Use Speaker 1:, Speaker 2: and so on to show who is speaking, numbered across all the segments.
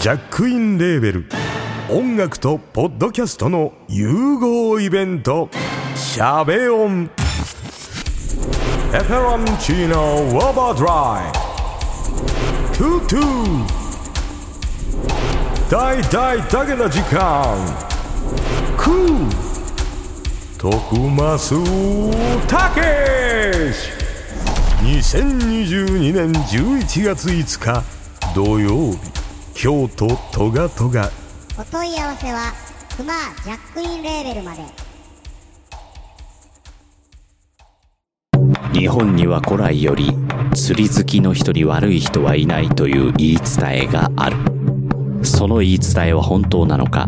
Speaker 1: ジャックインレーベル音楽とポッドキャストの融合イベント「シャベオン」「エフェロンチーノウォーバードライ」「トゥトゥ」「大大だけの時間」「クー」「徳マスたけし」2022年11月5日土曜日京都トガトガ
Speaker 2: お問い合わせはクマジャックインレーベルまで
Speaker 3: 日本には古来より釣り好きの人に悪い人はいないという言い伝えがあるその言い伝えは本当なのか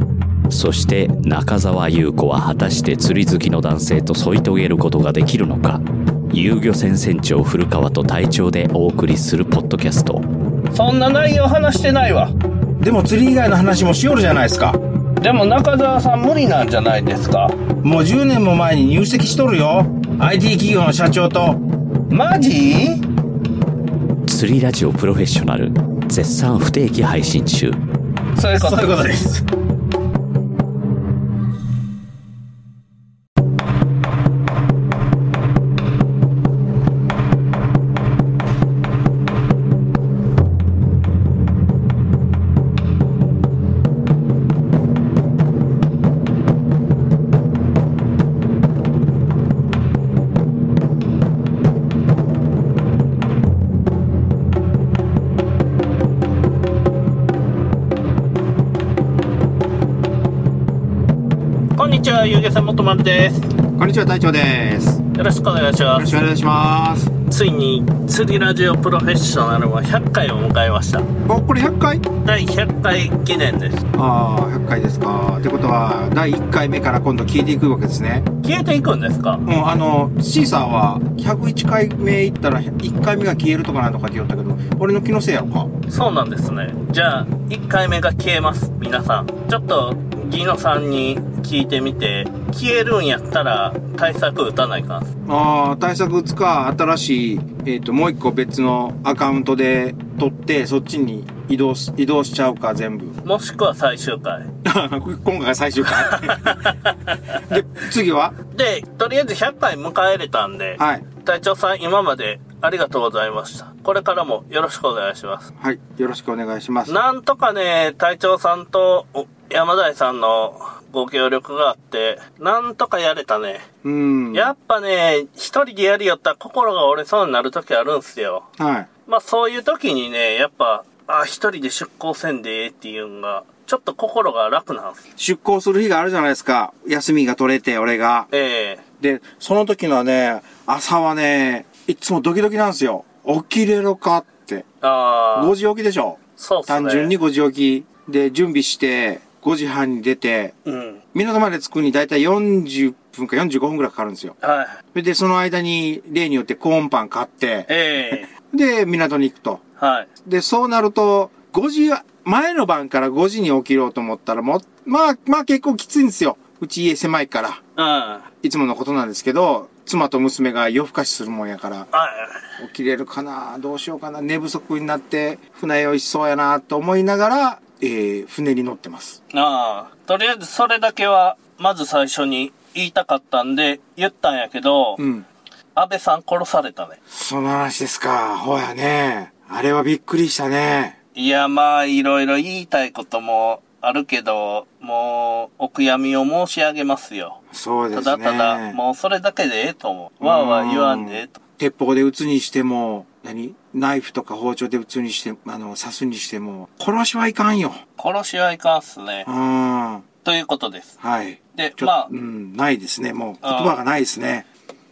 Speaker 3: そして中澤優子は果たして釣り好きの男性と添い遂げることができるのか遊漁船船長古川と隊長でお送りするポッドキャスト
Speaker 4: そんな内容話してないわ。
Speaker 5: でも釣り以外の話もしよるじゃないですか。
Speaker 4: でも中澤さん無理なんじゃないですか。
Speaker 5: もう10年も前に入籍しとるよ。IT 企業の社長と。
Speaker 4: マジ
Speaker 3: 釣りラジオプロフェッショナル絶賛不定期配信中
Speaker 4: そういうこと。
Speaker 5: そういうことです。
Speaker 6: こんにちは、ゆうげさんもとまるです。よ
Speaker 7: こんにちは、隊長です。よ
Speaker 6: ろしくお願いしま
Speaker 7: ろし
Speaker 6: す
Speaker 7: く。お願いします。
Speaker 6: ついに、釣りラジオプロフェッショナルは100回を迎えました。
Speaker 7: あ、これ100回
Speaker 6: 第100回記念です。
Speaker 7: ああ、100回ですか。ってことは、第1回目から今度聞いていくわけですね。
Speaker 6: 消えていくんですか
Speaker 7: うん、あの、シーサーは101回目行ったら1回目が消えるとかなんとかって言ったけど、俺の気のせいやろか。
Speaker 6: そうなんですね。じゃあ、1回目が消えます。皆さん。ちょっと、ギノさんに聞いてみて、消えるんやったら対策打たないかんす。
Speaker 7: ああ、対策打つか、新しい、えっ、と、もう一個別のアカウントで取って、そっちに移動し、移動しちゃうか、全部。
Speaker 6: もしくは最終回。
Speaker 7: 今回が最終回。で、次は
Speaker 6: で、とりあえず100回迎えれたんで、
Speaker 7: はい。
Speaker 6: 隊長さん今までありがとうございました。これからもよろしくお願いします。
Speaker 7: はい。よろしくお願いします。
Speaker 6: なんとかね、隊長さんとお山田井さんのご協力があって、なんとかやれたね。
Speaker 7: うん。
Speaker 6: やっぱね、一人でやりよったら心が折れそうになる時あるんすよ。
Speaker 7: はい。
Speaker 6: まあそういう時にね、やっぱ、あ、一人で出航せんでええっていうんが、ちょっと心が楽なんす。
Speaker 7: 出航する日があるじゃないですか。休みが取れて、俺が。
Speaker 6: ええ
Speaker 7: で、その時のね、朝はね、いつもドキドキなんですよ。起きれるかって。
Speaker 6: あ
Speaker 7: 5
Speaker 6: あ、
Speaker 7: 時起きでしょ。
Speaker 6: そうっすね。
Speaker 7: 単純に。5時起き。で、準備して、5時半に出て、
Speaker 6: うん。
Speaker 7: 港まで着くにだいたい40分か45分くらいかかるんですよ。
Speaker 6: はい。
Speaker 7: それで、その間に、例によってコーンパン買って、
Speaker 6: ええ
Speaker 7: で、港に行くと。
Speaker 6: はい。
Speaker 7: で、そうなると、5時は、前の晩から5時に起きようと思ったら、もう、まあ、まあ結構きついんですよ。うち家狭いから。
Speaker 6: うん。はい
Speaker 7: つものことなんですけど、妻と娘が夜更かしするもんやから、
Speaker 6: い。
Speaker 7: 起きれるかなどうしようかな寝不足になって、船酔いしそうやなと思いながら、えー、船に乗ってます。
Speaker 6: ああ、とりあえずそれだけは、まず最初に言いたかったんで、言ったんやけど、
Speaker 7: うん。
Speaker 6: 安倍さん殺されたね。
Speaker 7: その話ですか。ほやね。あれはびっくりしたね。
Speaker 6: いや、まあ、いろいろ言いたいこともあるけど、もう、お悔やみを申し上げますよ。
Speaker 7: そうで
Speaker 6: た
Speaker 7: すね。
Speaker 6: だただ、もうそれだけでええと思う。わーわー言わんでええと。
Speaker 7: 鉄砲で撃つにしても、何ナイフとか包丁で撃つにして、あの、刺すにしても、殺しはいかんよ。
Speaker 6: 殺しはいかんっすね
Speaker 7: う。ん。は
Speaker 6: ということです。
Speaker 7: い。
Speaker 6: で、
Speaker 7: ちょっと、
Speaker 6: まあ
Speaker 7: う、ん、ないですね。もう、言葉がないですね。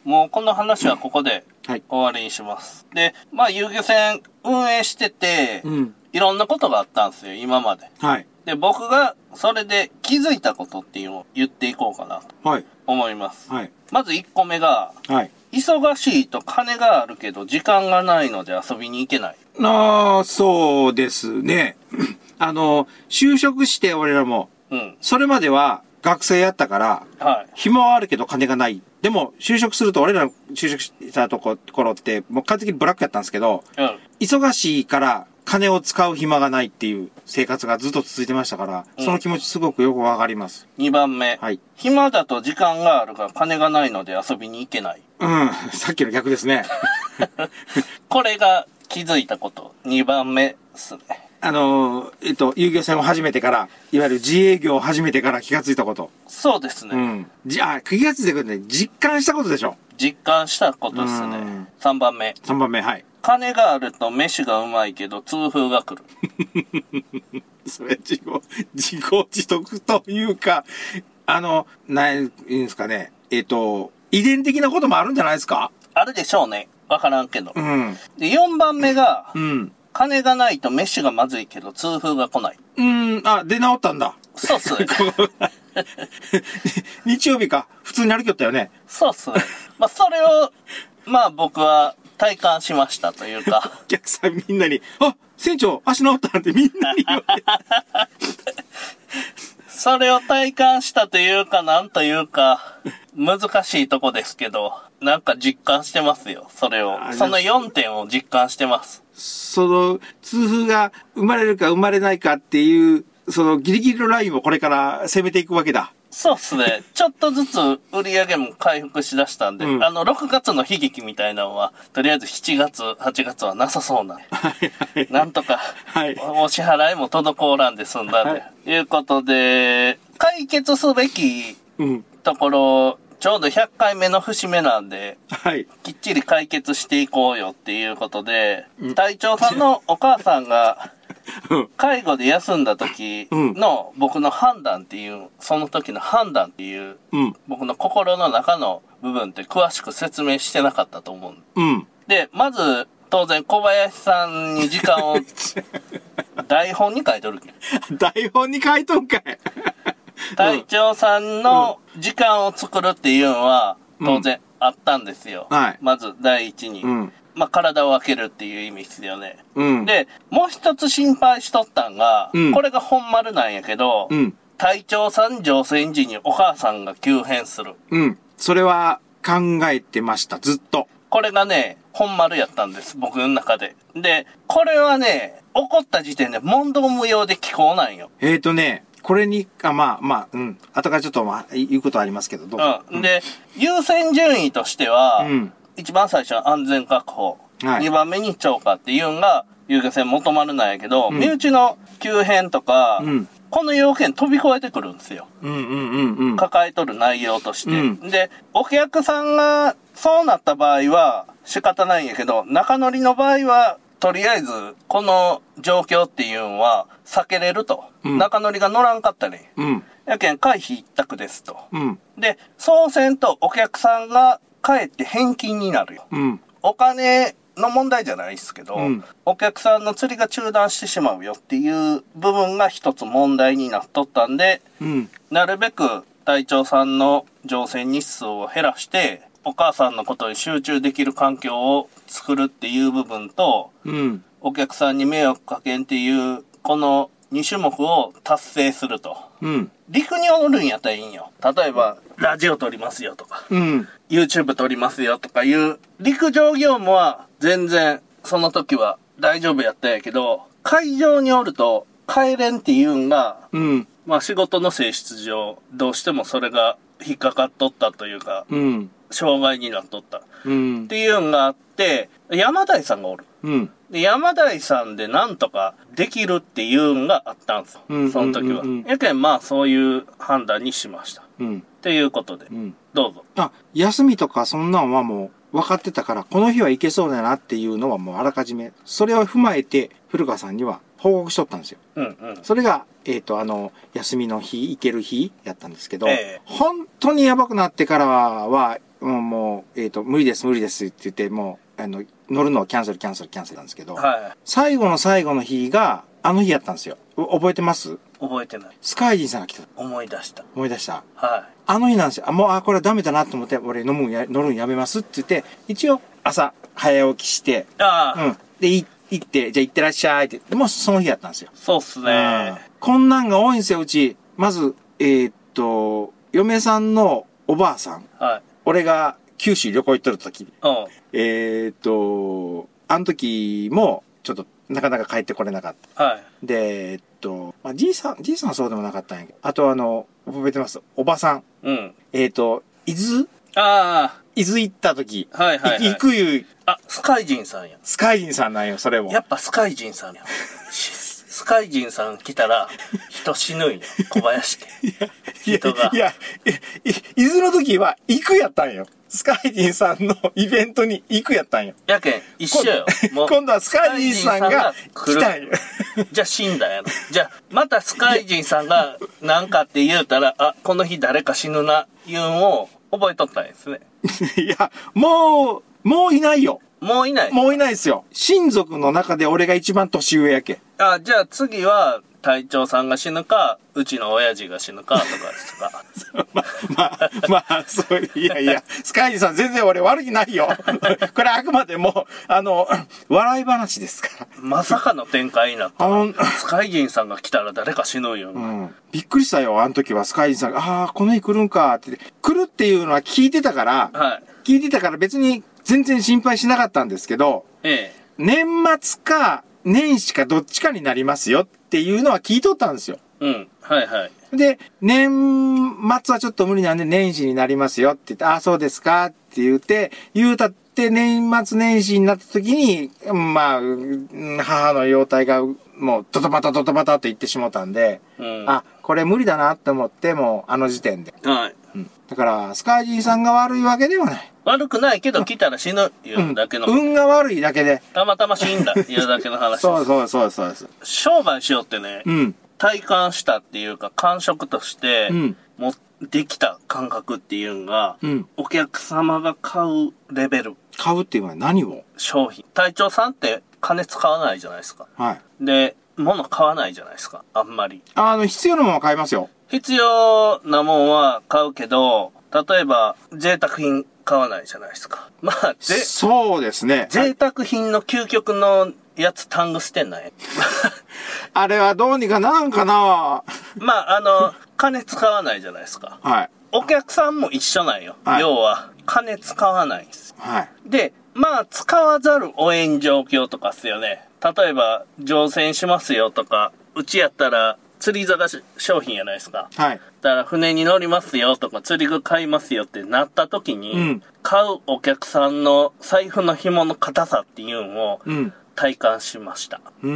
Speaker 6: もうこの話はここで
Speaker 7: はい。
Speaker 6: 終わりにします。で、まあ、遊漁船運営してて、
Speaker 7: うん。
Speaker 6: いろんなことがあったんですよ、今まで。
Speaker 7: はい。
Speaker 6: で、僕がそれで気づいたことっていうのを言っていこうかなと
Speaker 7: はい。
Speaker 6: 思います。
Speaker 7: はい。
Speaker 6: まず1個目が、
Speaker 7: はい。
Speaker 6: 忙しいと金があるけど時間がないので遊びに行けない。
Speaker 7: ああ、そうですね。 あの、就職して俺らも、
Speaker 6: うん。
Speaker 7: それまでは学生やったから、
Speaker 6: はい。
Speaker 7: 暇はあるけど金がない。でも、就職すると、俺らの就職したところって、もう完璧にブラックやったんですけど、
Speaker 6: うん。
Speaker 7: 忙しいから金を使う暇がないっていう生活がずっと続いてましたから、
Speaker 6: うん
Speaker 7: その気持ちすごくよくわかります。
Speaker 6: 2番目、
Speaker 7: はい
Speaker 6: 暇だと時間があるが金がないので遊びに行けない。
Speaker 7: うん、 さっきの逆ですね。
Speaker 6: これが気づいたこと。2番目っすね。
Speaker 7: あのー、えっと、遊漁船を始めてから、いわゆる自営業を始めてから気がついたこと。
Speaker 6: そうですね。
Speaker 7: うん。じあ、気がついたことね、実感したことでしょ。
Speaker 6: 実感したことです
Speaker 7: う
Speaker 6: ね
Speaker 7: ん。
Speaker 6: 3番目。
Speaker 7: 3番目、はい。
Speaker 6: 金があると飯がうまいけど痛風が来る。
Speaker 7: それ自業、自業自得というか、あの、なん、いうんですかね。えっと、遺伝的なこともあるんじゃないですか
Speaker 6: あるでしょうね。わからんけど
Speaker 7: う。ん。
Speaker 6: で、4番目が
Speaker 7: う、ん。
Speaker 6: 金がないと飯がまずいけど痛風が来ない。
Speaker 7: うん、あ、出直ったんだ。
Speaker 6: そうっすね。
Speaker 7: 日曜日か。普通に歩きよったよね。
Speaker 6: そうっすね。まあ、それを、まあ僕は体感しましたというか。
Speaker 7: お客さんみんなに、あ、船長、足直ったなんてみんなに言われて。
Speaker 6: それを体感したというか、なんというか、難しいとこですけど、なんか実感してますよ、それを
Speaker 7: あ。ー
Speaker 6: その4点を実感してます。
Speaker 7: その、痛風が生まれるか生まれないかっていう、そのギリギリのラインをこれから攻めていくわけだ。
Speaker 6: そうっすね。ちょっとずつ売り上げも回復しだしたんで、
Speaker 7: うん
Speaker 6: あの、6月の悲劇みたいなのは、とりあえず7月、8月はなさそうなんで。なんとか、
Speaker 7: はい
Speaker 6: お支払いも滞らんで済んだんで。
Speaker 7: は
Speaker 6: ということで、解決すべき
Speaker 7: うん。
Speaker 6: ところ、ちょうど100回目の節目なんで、
Speaker 7: はい。
Speaker 6: きっちり解決していこうよっていうことで、隊長さん のお母さんが
Speaker 7: うん、
Speaker 6: 介護で休んだ時の僕の判断っていう、その時の判断っていう、
Speaker 7: うん。
Speaker 6: 僕の心の中の部分って詳しく説明してなかったと思う。
Speaker 7: うん。
Speaker 6: で、まず、当然小林さんに時 間を、台本に書いとるけど、
Speaker 7: 台本に書いとんかい。
Speaker 6: 隊長さんの時間を作るっていうのは、当然あったんですよ。
Speaker 7: はい
Speaker 6: まず第一に。
Speaker 7: うん。
Speaker 6: まあ、体を開けるっていう意味ですよね。
Speaker 7: うん。、
Speaker 6: で、もう一つ心配しとったんが、
Speaker 7: うん
Speaker 6: これが本丸なんやけど、
Speaker 7: うん。
Speaker 6: 隊長さん乗船時にお母さんが急変する。
Speaker 7: うん。それは考えてました、ずっと。
Speaker 6: これがね、本丸やったんです、僕の中で。で、これはね、起こった時点で問答無用で気候なんよ。
Speaker 7: えーとね、これに、あ、まあまあ、うん。後からちょっと、まあ、い言うことはありますけど、どうぞ。
Speaker 6: うん。で、優先順位としては、
Speaker 7: うん
Speaker 6: 一番最初は安全確保。
Speaker 7: はい
Speaker 6: 二番目に超過っていうんが、遊漁船元丸なんやけど、
Speaker 7: ん
Speaker 6: 身内の急変とか、
Speaker 7: うん
Speaker 6: この要件飛び越えてくるんですよ。
Speaker 7: うんうんうんうん。
Speaker 6: 抱えとる内容として。
Speaker 7: うん
Speaker 6: で、お客さんがそうなった場合は仕方ないんやけど、中乗りの場合は、とりあえず、この状況っていうのは避けれると。
Speaker 7: うん
Speaker 6: 中乗りが乗らんかったり。
Speaker 7: うん。
Speaker 6: やけん回避一択ですと。
Speaker 7: うん。
Speaker 6: で、総選とお客さんが帰って返金になるよ。
Speaker 7: うん。
Speaker 6: お金の問題じゃないですけど、
Speaker 7: うん
Speaker 6: お客さんの釣りが中断してしまうよっていう部分が一つ問題になっとったんで、
Speaker 7: うん。
Speaker 6: なるべく隊長さんの乗船日数を減らして、お母さんのことに集中できる環境を作るっていう部分と、
Speaker 7: うん。
Speaker 6: お客さんに迷惑かけんっていう、この2種目を達成すると。
Speaker 7: うん。
Speaker 6: 陸におるんやったらいいんよ。例えば、ラジオ撮りますよとか、
Speaker 7: うん。
Speaker 6: YouTube 撮りますよとかいう、陸上業務は全然その時は大丈夫やったんやけど、海上におると帰れんっていうんが
Speaker 7: うん。
Speaker 6: まあ仕事の性質上、どうしてもそれが引っかかっとったというか、
Speaker 7: うん。
Speaker 6: 障害になっとった。っ
Speaker 7: うん。
Speaker 6: ていうのがあって、山台さんがおる。
Speaker 7: うん。
Speaker 6: で、山台さんでなんとかできるっていうのがあったんですよ。
Speaker 7: うん
Speaker 6: その時は
Speaker 7: うんうんう。ん
Speaker 6: やけん、まあそういう判断にしました。
Speaker 7: うん。
Speaker 6: ということで、
Speaker 7: うん。
Speaker 6: どうぞ。
Speaker 7: あ、休みとかそんなんはもう分かってたから、この日はいけそうだなっていうのはもうあらかじめ、それを踏まえて古川さんには報告しとったんですよ。
Speaker 6: うんうん。
Speaker 7: それが、えっ、と、あの、休みの日、行ける日やったんですけど、
Speaker 6: ええ
Speaker 7: 本当にやばくなってからは、もう、もうえっ、と、無理です、無理ですって言って、もう、あの、乗るのをキャンセル、キャンセル、キャンセルなんですけど、
Speaker 6: は
Speaker 7: 最後の最後の日が、あの日やったんですよ。お覚えてます
Speaker 6: い。覚えてない。
Speaker 7: スカイジンさんが来た。
Speaker 6: 思い出した。
Speaker 7: 思い出した。
Speaker 6: は
Speaker 7: あの日なんですよ。あ、もう、あ、これはダメだなと思って、俺飲むんや、乗るんやめますって言って、一応、朝、早起きして、
Speaker 6: い。ああ、
Speaker 7: うん。で、い行って、じゃあ行ってらっしゃいって、でもうその日やったんですよ。
Speaker 6: そうっすね。
Speaker 7: こんなんが多いんですよ、うち。まず、えーっと、嫁さんのおばあさん。
Speaker 6: はい。
Speaker 7: 俺が九州旅行行っとる時
Speaker 6: うん。
Speaker 7: えーっと、あの時も、ちょっとなかなか帰ってこれなかった。
Speaker 6: はい。
Speaker 7: で、えっと、まあ、じいさん、じいさんはそうでもなかったんやけど、あとあの、覚えてます。おばさん。
Speaker 6: うん。
Speaker 7: えっと、伊豆
Speaker 6: あ
Speaker 7: 伊豆行った時。
Speaker 6: あ、はいはい、はい。
Speaker 7: 行くゆう、
Speaker 6: あ、スカイジンさんや。
Speaker 7: スカイ人さんなんよ、それも。
Speaker 6: やっぱスカイジンさんや。しスカイジンさん来たら、人死ぬんや。小林家。
Speaker 7: いや
Speaker 6: 人が
Speaker 7: いや、いい伊豆の時は行くやったんよ。スカイ人さんのイベントに行くやったんよ。
Speaker 6: やけん、一緒よ。も う。
Speaker 7: 今度はスカイ人さんが
Speaker 6: スカイ
Speaker 7: 来
Speaker 6: ジンさん
Speaker 7: た
Speaker 6: が
Speaker 7: ん
Speaker 6: 来る
Speaker 7: よ。
Speaker 6: じゃあ死んだんやろ。じゃあ、またスカイジンさんがなんかって言うたら、あ、この日誰か死ぬな、言うんを覚えとったんですね。
Speaker 7: いや、もう、もういないよ。
Speaker 6: もういない。
Speaker 7: もういないですよ。親族の中で俺が一番年上やけ。
Speaker 6: あ、じゃあ次は、隊長さんが死ぬか、うちの親父が死ぬか、とかですか。
Speaker 7: ま、ま、まあ、そう、いやいや、スカイ人さん全然俺悪気ないよ。 これあくまでも、あの、笑い話ですから。
Speaker 6: まさかの展開になった。
Speaker 7: あの、
Speaker 6: スカイジンさんが来たら誰か死ぬんよ。
Speaker 7: うんびっくりしたよ、あの時は。スカイジンさんが、ああー、この日来るんかって。来るっていうのは聞いてたから、
Speaker 6: はい。
Speaker 7: 聞いてたから別に全然心配しなかったんですけど、
Speaker 6: ええ。
Speaker 7: 年末か年始かどっちかになりますよっていうのは聞いとったんですよ。
Speaker 6: うん。はいはい。
Speaker 7: で、年末はちょっと無理なんで年始になりますよって言って、ああ、そうですかって言って、言うたって年末年始になった時に、まあ、うん母の容体がもうドドバタドドバタと言ってしもたんで、
Speaker 6: うん。
Speaker 7: あ、これ無理だなって思って、もうあの時点で。
Speaker 6: はい。
Speaker 7: だから、スカイジンさんが悪いわけではない。
Speaker 6: 悪くないけど来たら死ぬいうだけの、
Speaker 7: 運が悪いだけで。
Speaker 6: たまたま死んだいうだけの話です。
Speaker 7: そうそうそうそうそう。
Speaker 6: 商売しようってね、
Speaker 7: うん。
Speaker 6: 体感したっていうか感触として、
Speaker 7: うん
Speaker 6: 持ってきた感覚っていうのが、
Speaker 7: うん
Speaker 6: お客様が買うレベル、
Speaker 7: 買うっていうのは何を
Speaker 6: 商品。隊長さんって金使わないじゃないですか。
Speaker 7: はい。
Speaker 6: で、物買わないじゃないですか。あんまり。
Speaker 7: あの、必要なものは買いますよ。
Speaker 6: 必要なもんは買うけど、例えば、贅沢品買わないじゃないですか。まあ、ぜ、
Speaker 7: そうですね。
Speaker 6: 贅沢品の究極のやつタングステンなんや。
Speaker 7: あれはどうにかなんかな
Speaker 6: まあ、あの、金使わないじゃないですか。
Speaker 7: はい。
Speaker 6: お客さんも一緒なんよ。
Speaker 7: はい
Speaker 6: 要は、金使わないんです。
Speaker 7: はい。
Speaker 6: で、まあ、使わざるを得ん状況とかっすよね。例えば、乗船しますよとか、うちやったら、釣り坂し商品やないですか。
Speaker 7: はい。
Speaker 6: だから船に乗りますよとか釣り具買いますよってなった時に、
Speaker 7: うん
Speaker 6: 買うお客さんの財布の紐の硬さっていうのを
Speaker 7: うん。
Speaker 6: 体感しました。
Speaker 7: うー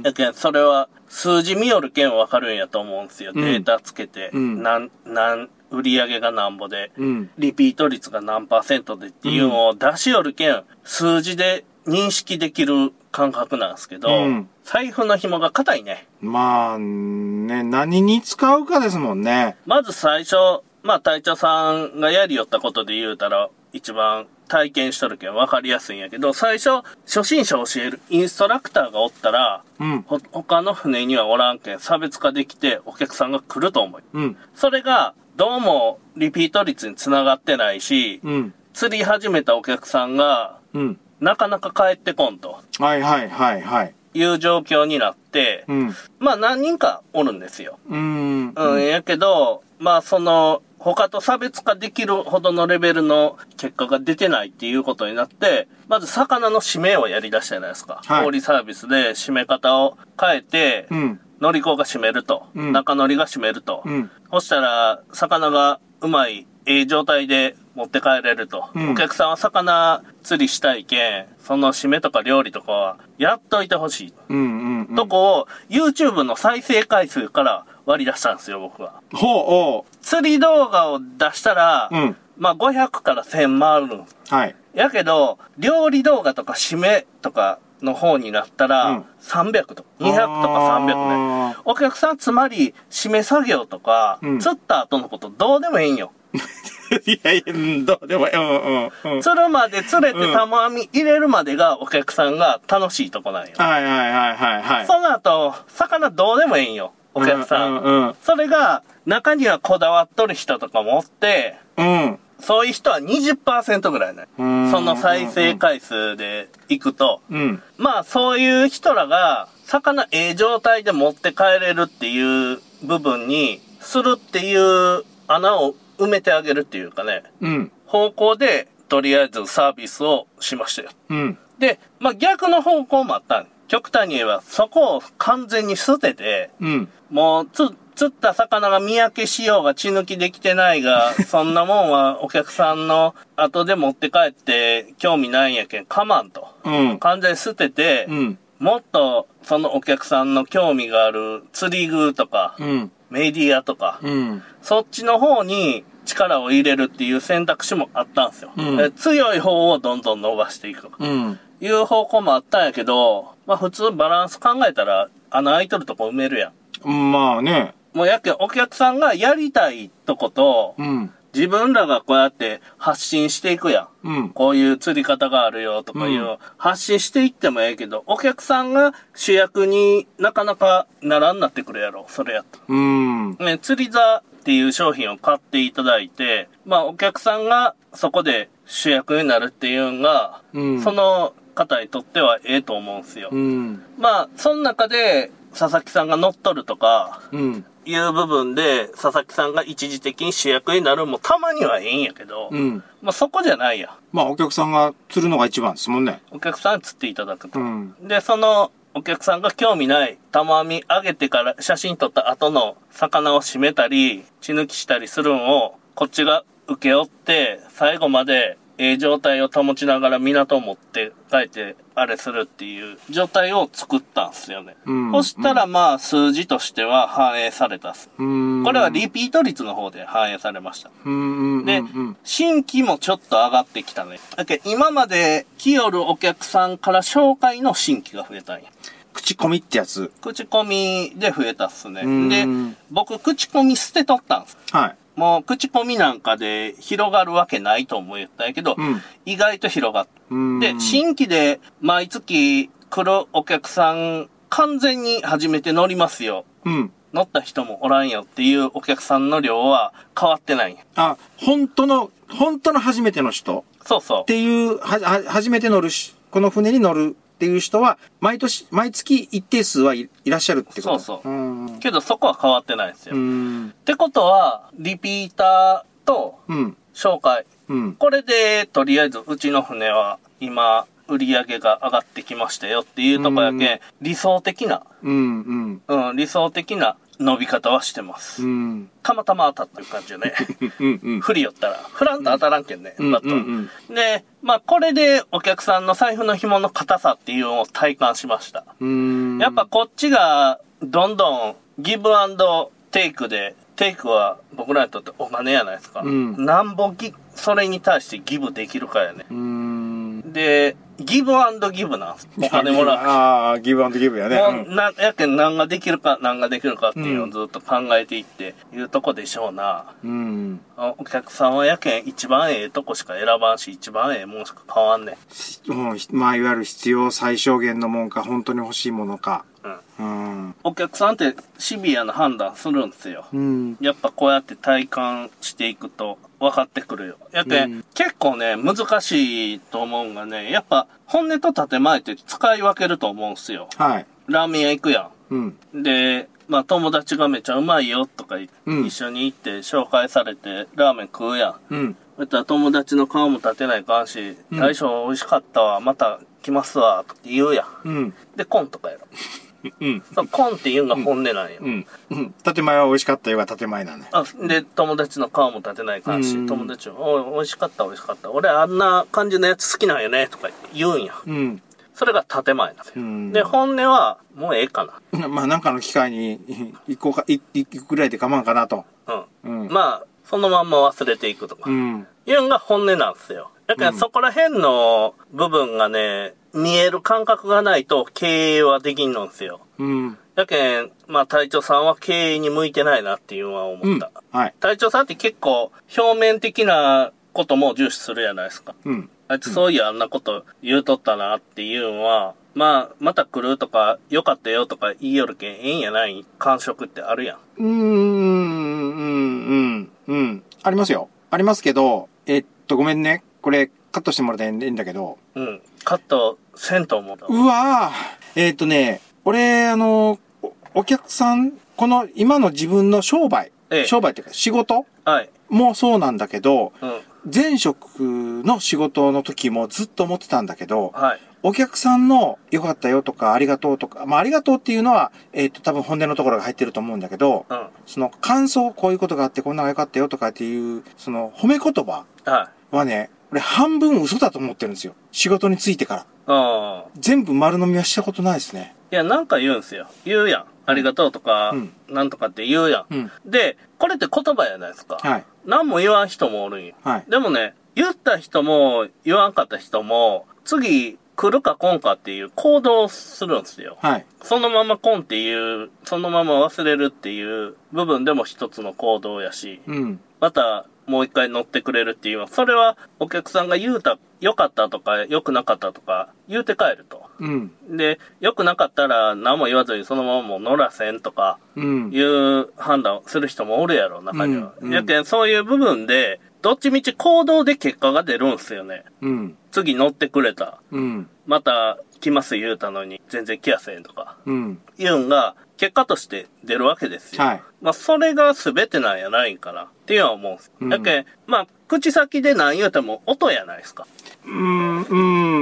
Speaker 7: ん。
Speaker 6: だけどそれは数字見よるけんわかるんやと思うんですよ。
Speaker 7: ん
Speaker 6: データつけて、
Speaker 7: うん
Speaker 6: なん、なん、売り上げがなんぼで、
Speaker 7: うん。
Speaker 6: リピート率が何パーセントでっていうのを出しよるけん、数字で認識できる感覚なんですけど、
Speaker 7: うん
Speaker 6: 財布の紐が硬いね。
Speaker 7: まあ、ね、何に使うかですもんね。
Speaker 6: まず最初、まあ隊長さんがやりよったことで言うたら、一番体験しとるけん分かりやすいんやけど、最初、初心者教えるインストラクターがおったら、
Speaker 7: うん。
Speaker 6: ほ他の船にはおらんけん差別化できてお客さんが来ると思う。
Speaker 7: うん。
Speaker 6: それが、どうもリピート率につながってないし、
Speaker 7: うん。
Speaker 6: 釣り始めたお客さんが、
Speaker 7: うん。
Speaker 6: なかなか帰ってこんと
Speaker 7: はいはいはいはい。
Speaker 6: いう状況になって、
Speaker 7: うん。
Speaker 6: まあ何人かおるんですよ。
Speaker 7: うん。
Speaker 6: うん、やけど、まあその、他と差別化できるほどのレベルの結果が出てないっていうことになって、まず魚の締めをやり出したじゃないですか。
Speaker 7: はい
Speaker 6: 氷サービスで締め方を変えて、
Speaker 7: うん。
Speaker 6: のりこが締めると、
Speaker 7: うん
Speaker 6: 中のりが締めると、
Speaker 7: うん
Speaker 6: そしたら、魚がうまい、ええ状態で持って帰れると、
Speaker 7: うん
Speaker 6: お客さんは魚釣りしたいけん、その締めとか料理とかは、やっといてほしい。
Speaker 7: うん。うん。うん
Speaker 6: とこを、YouTube の再生回数から割り出したんですよ、僕は。
Speaker 7: ほうお
Speaker 6: 釣り動画を出したら、
Speaker 7: う。うん。
Speaker 6: まあ500から1000回るんです
Speaker 7: はい。
Speaker 6: やけど、料理動画とか締めとかの方になったら、
Speaker 7: うん
Speaker 6: 300とか、200とか300ね
Speaker 7: あ。
Speaker 6: お客さんつまり、締め作業とか、
Speaker 7: うん
Speaker 6: 釣った後のことどうでもいいんよ。
Speaker 7: いやいや、うんどうでも、うんうんうん。
Speaker 6: 釣るまで釣れて玉網入れるまでがお客さんが楽しいとこなんよ。
Speaker 7: はいはいはいはいはい。
Speaker 6: その後、魚どうでもいいんよ、お客さ
Speaker 7: うんうんうん
Speaker 6: それが、中にはこだわっとる人とかもおって、
Speaker 7: うん。
Speaker 6: そういう人は20%ぐらいね。そ
Speaker 7: ん
Speaker 6: の再生回数でいくと。
Speaker 7: うん。
Speaker 6: まあそういう人らが魚ええ状態で持って帰れるっていう部分にするっていう穴を埋めてあげるっていうかね、
Speaker 7: うん。
Speaker 6: 方向でとりあえずサービスをしましたよ。
Speaker 7: うん。
Speaker 6: で、まあ逆の方向もあったん。極端に言えば、そこを完全に捨てて、
Speaker 7: うん。
Speaker 6: もう、つ、釣った魚が見分けしようが血抜きできてな いが、そんなもんはお客さんの後で持って帰って興味ないんやけん、かまんと。
Speaker 7: うん。
Speaker 6: 完全に捨てて、
Speaker 7: うん。
Speaker 6: もっとそのお客さんの興味がある釣り具とか、
Speaker 7: うん。
Speaker 6: メディアとか、
Speaker 7: うん。
Speaker 6: そっちの方に力を入れるっていう選択肢もあったんですよ。
Speaker 7: うん
Speaker 6: え強い方をどんどん伸ばしていくと
Speaker 7: うん。
Speaker 6: いう方向もあったんやけど、まあ普通バランス考えたら穴開いとるとこ埋めるやん。
Speaker 7: まあね。
Speaker 6: もうやけんお客さんがやりたいとこと、
Speaker 7: うん。
Speaker 6: 自分らがこうやって発信していくやん。
Speaker 7: うん。
Speaker 6: こういう釣り方があるよとかい
Speaker 7: う
Speaker 6: うのを発信していってもええけど、お客さんが主役になかなかならんなってくるやろ、それやと。
Speaker 7: うん。
Speaker 6: ね、釣り座っていう商品を買っていただいて、まあお客さんがそこで主役になるっていうのが、
Speaker 7: うん
Speaker 6: その方にとってはええと思うんすよ。
Speaker 7: うん。
Speaker 6: まあ、その中で佐々木さんが乗っとるとか、
Speaker 7: うん。
Speaker 6: いう部分で佐々木さんが一時的に主役になるもたまにはええんやけど、
Speaker 7: うん。
Speaker 6: まあそこじゃないや。
Speaker 7: まあお客さんが釣るのが一番ですもんね。
Speaker 6: お客さんに釣っていただくと。
Speaker 7: うん。
Speaker 6: で、そのお客さんが興味ない、たまみ上げてから写真撮った後の魚を締めたり、血抜きしたりするんを、こっちが受け負って、最後まで、ええ状態を保ちながら港を持って帰って、あれするっていう状態を作ったんすよね。
Speaker 7: うん
Speaker 6: そしたらまあ数字としては反映されたっす。
Speaker 7: うん。
Speaker 6: これはリピート率の方で反映されました。
Speaker 7: うん。うん。
Speaker 6: で、
Speaker 7: うん。
Speaker 6: 新規もちょっと上がってきたね。だけど今まで来よるお客さんから紹介の新規が増えたんや。
Speaker 7: 口コミってやつ。
Speaker 6: 口コミで増えたっすね
Speaker 7: ん。
Speaker 6: で、僕口コミ捨てとったんす。
Speaker 7: はい。
Speaker 6: もう口コミなんかで広がるわけないと思ったんやけど、
Speaker 7: ん
Speaker 6: 意外と広がっ
Speaker 7: うん
Speaker 6: で、新規で毎月来るお客さん完全に初めて乗りますよ。
Speaker 7: うん。
Speaker 6: 乗った人もおらんよっていうお客さんの量は変わってないんや。
Speaker 7: あ、本当の、本当の初めての人
Speaker 6: そうそ
Speaker 7: っ
Speaker 6: う。
Speaker 7: ていう、は、は、初めて乗るし、この船に乗るっていう人は、毎年、毎月一定数はい、いらっしゃるってこと
Speaker 6: そうそう
Speaker 7: うん。
Speaker 6: けどそこは変わってないんですよ。
Speaker 7: う
Speaker 6: っ
Speaker 7: ん。
Speaker 6: てことは、リピーターと
Speaker 7: うん。
Speaker 6: 紹介。
Speaker 7: うん。
Speaker 6: これで、とりあえずうちの船は今、売り上げが上がってきましたよっていうとこやけん、理想的な、
Speaker 7: うん。うん。
Speaker 6: うん、理想的な伸び方はしてます。
Speaker 7: うん。
Speaker 6: たまたま当たってる感じ よね。
Speaker 7: うん。うん。
Speaker 6: 振り寄ったら。フランと当たらんけんね。
Speaker 7: うん
Speaker 6: バットは
Speaker 7: うん
Speaker 6: で、まあこれでお客さんの財布の紐の硬さっていうのを体感しました。
Speaker 7: うん。
Speaker 6: やっぱこっちがどんどんギブアンドテイクで、テイクは僕らにとってお金やないですか。
Speaker 7: ん
Speaker 6: なんぼぎ、それに対してギブできるかやね。
Speaker 7: うん。
Speaker 6: で、ギブアンドギブなんです。お金もらう。
Speaker 7: ああ、ギブアンドギブやね。
Speaker 6: もうな、やけん何ができるか、何ができるかっていうのをずっと考えていっていうとこでしょうな。
Speaker 7: うん。うん。
Speaker 6: あお客さんはやけん一番ええとこしか選ばんし、一番ええもんしか買わんねん。
Speaker 7: もう、まあ、いわゆる必要最小限のもんか、本当に欲しいものか。
Speaker 6: うん
Speaker 7: うん。
Speaker 6: お客さんってシビアな判断するんですよ。
Speaker 7: うん。
Speaker 6: やっぱこうやって体感していくと分かってくるよ。やけ、ん、結構ね、難しいと思うんがね、やっぱ本音と建前って使い分けると思うんすよ。
Speaker 7: はい。
Speaker 6: ラーメン屋行くやん。
Speaker 7: うん。
Speaker 6: で、まあ友達がめちゃうまいよとかい、
Speaker 7: うん
Speaker 6: 一緒に行って紹介されてラーメン食うやん。
Speaker 7: うん。
Speaker 6: そしたら友達の顔も立てないかんし、大将美味しかったわ、また来ますわ、って言うやん。
Speaker 7: うん。
Speaker 6: で、コンとかやろ。
Speaker 7: うん。
Speaker 6: そうコンって言うのが本音なんや。
Speaker 7: うん。うん。建前は美味しかったよが建前なんだよ。
Speaker 6: あで友達の顔も立てない感じ、友達も「おい美味しかった美味しかった俺あんな感じのやつ好きなんよね」とか言うんや
Speaker 7: うん。
Speaker 6: それが建前なんですよ、
Speaker 7: ん
Speaker 6: で本音はもうええか
Speaker 7: まあ、なんかの機会に行こうか、い行くぐらいで我慢かなと。
Speaker 6: なうん、
Speaker 7: うん
Speaker 6: まあそのまんま忘れていくとか、
Speaker 7: うん。
Speaker 6: いうのが本音なんですよだからそこら辺の部分がね見える感覚がないと経営はできんのんすよ
Speaker 7: うん。
Speaker 6: だけんまあ隊長さんは経営に向いてないなっていうのは
Speaker 7: う
Speaker 6: 思っ
Speaker 7: ん
Speaker 6: た、。
Speaker 7: はい。
Speaker 6: 隊長さんって結構表面的なことも重視するじゃないですか
Speaker 7: うん。
Speaker 6: あいつそういやあんなこと言うとったなっていうのは、まあ、また来るとか、よかったよとか言いよるけん、ええんやない感触ってあるやん。
Speaker 7: うーん、うん、うん、うん。ありますよ。ありますけど、えっと、ごめんね。これ、カットしてもらっていいんだけど。
Speaker 6: うん。カットせんと思うと。
Speaker 7: うわーえっとね、俺、あの、おお客さん、この今の自分の商売、
Speaker 6: ええ
Speaker 7: 商売っていうか仕事
Speaker 6: はい。
Speaker 7: もそうなんだけど、
Speaker 6: うん。
Speaker 7: 前職の仕事の時もずっと思ってたんだけど、
Speaker 6: はい。
Speaker 7: お客さんの良かったよとか、ありがとうとか、まあ、ありがとうっていうのは、えっ、と、多分本音のところが入ってると思うんだけど、
Speaker 6: うん。
Speaker 7: その感想、こういうことがあって、こんなのが良かったよとかっていう、その褒め言葉
Speaker 6: はい。
Speaker 7: はね、俺半分嘘だと思ってるんですよ。仕事についてから。
Speaker 6: うん。
Speaker 7: 全部丸飲みはしたことないですね。
Speaker 6: いや、なんか言うんすよ。言うやん。ありがとうとか、
Speaker 7: うん
Speaker 6: なんとかって言うやん。
Speaker 7: うん
Speaker 6: で、これって言葉やないですか。
Speaker 7: はい。
Speaker 6: 何も言わん人もおるんよ。
Speaker 7: はい。
Speaker 6: でもね、言った人も言わんかった人も、次来るか来んかっていう行動をするんすよ。
Speaker 7: はい。
Speaker 6: そのまま来んっていう、そのまま忘れるっていう部分でも一つの行動やし、
Speaker 7: うん。
Speaker 6: またもう一回乗ってくれるっていう、それはお客さんが言うた、良かったとか良くなかったとか言うて帰ると。
Speaker 7: うん。
Speaker 6: で、良くなかったら何も言わずにそのままもう乗らせんとか
Speaker 7: うん。
Speaker 6: いう判断をする人もおるやろ、中には。
Speaker 7: うんうん
Speaker 6: やけん、そういう部分で、どっちみち行動で結果が出るんすよね。
Speaker 7: うん。
Speaker 6: 次乗ってくれた。
Speaker 7: うん。
Speaker 6: また来ます言うたのに全然来やせんとか。
Speaker 7: うん。
Speaker 6: いうんが結果として出るわけですよ。
Speaker 7: はい
Speaker 6: まあそれが全てなんやないんかなっていうのは思うんです。
Speaker 7: うん
Speaker 6: やけん、まあ口先で何言うても音やないですか。
Speaker 7: うん。う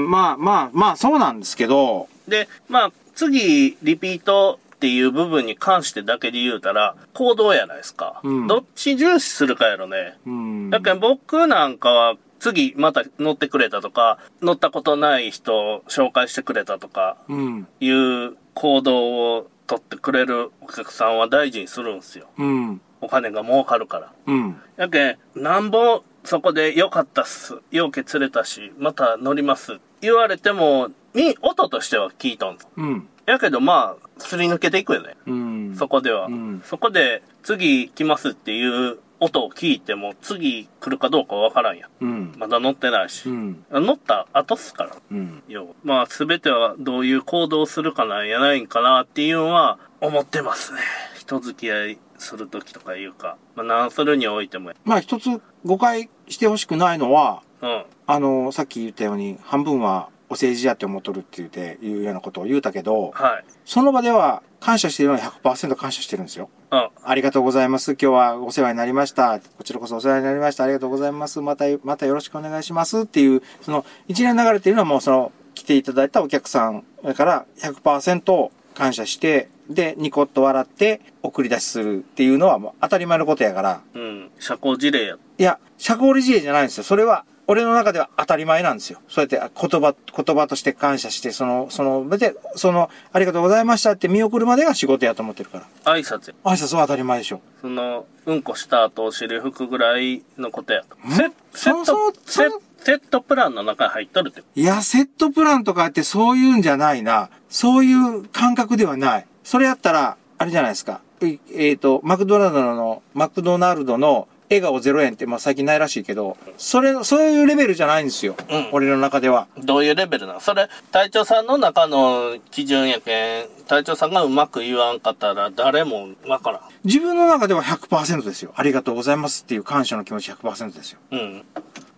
Speaker 7: ん。まあまあまあ、そうなんですけど、
Speaker 6: で、まあ、次、リピートっていう部分に関してだけで言うたら、行動やないですか。
Speaker 7: うん
Speaker 6: どっち重視するかやろね。
Speaker 7: うん。
Speaker 6: だけど僕なんかは、次また乗ってくれたとか、乗ったことない人を紹介してくれたとか、
Speaker 7: うん。
Speaker 6: いう行動を取ってくれるお客さんは大事にするんですよ。
Speaker 7: うん。
Speaker 6: お金が儲かるから。
Speaker 7: うん。
Speaker 6: やけん、なんぼそこで良かったっす。ようけ釣れたし、また乗ります。言われても、に、音としては聞いたんです。
Speaker 7: うん。
Speaker 6: やけどまあ、すり抜けていくよね。
Speaker 7: うん。
Speaker 6: そこでは。
Speaker 7: うん
Speaker 6: そこで、次来ますっていう音を聞いても、次来るかどうかわからんやん。
Speaker 7: うん。
Speaker 6: まだ乗ってないし。
Speaker 7: うん。
Speaker 6: 乗った後っすから。
Speaker 7: うん。
Speaker 6: よ。まあ、すべてはどういう行動をするかなんやないんかなっていうのは、思ってますね。人付き合いするときとかいうか、まあ、何するにおいても。
Speaker 7: まあ一つ誤解してほしくないのは、
Speaker 6: うん。
Speaker 7: あの、さっき言ったように、半分はお世辞やって思っとるって言うて、いうようなことを言うたけど、
Speaker 6: はい。
Speaker 7: その場では感謝してるのは100%感謝してるんですよ。
Speaker 6: うん。
Speaker 7: ありがとうございます。今日はお世話になりました。こちらこそお世話になりました。ありがとうございます。また、またよろしくお願いします。っていう、その一連の流れっていうのはもうその来ていただいたお客さんから100%感謝して、で、ニコッと笑って送り出しするっていうのはもう当たり前のことやから、
Speaker 6: うん。社交辞令や。
Speaker 7: いや、社交理事例じゃないんですよ。それは、俺の中では当たり前なんですよ。そうやってあ言葉、言葉として感謝して、その、その、で、その、ありがとうございましたって見送るまでが仕事やと思ってるから。
Speaker 6: 挨拶や。
Speaker 7: 挨拶は当たり前でしょ。
Speaker 6: その、うんこした後、お尻拭くぐらいのことやと。セセッ
Speaker 7: そう
Speaker 6: ト、
Speaker 7: そ
Speaker 6: セ
Speaker 7: うそう
Speaker 6: セットプランの中に入っとるって。
Speaker 7: いや、セットプランとかってそういうんじゃないな。そういう感覚ではない。それやったら、あれじゃないですか。ういえっ、と、マクドナルドの、マクドナルドの笑顔0円って、まあ最近ないらしいけど、それ、そういうレベルじゃないんですよ。
Speaker 6: うん
Speaker 7: 俺の中では。
Speaker 6: どういうレベルなのそれ、隊長さんの中の基準やけん、隊長さんがうまく言わんかったら誰もわからん。
Speaker 7: 自分の中では100%ですよ。ありがとうございますっていう感謝の気持ち100%ですよ。
Speaker 6: うん。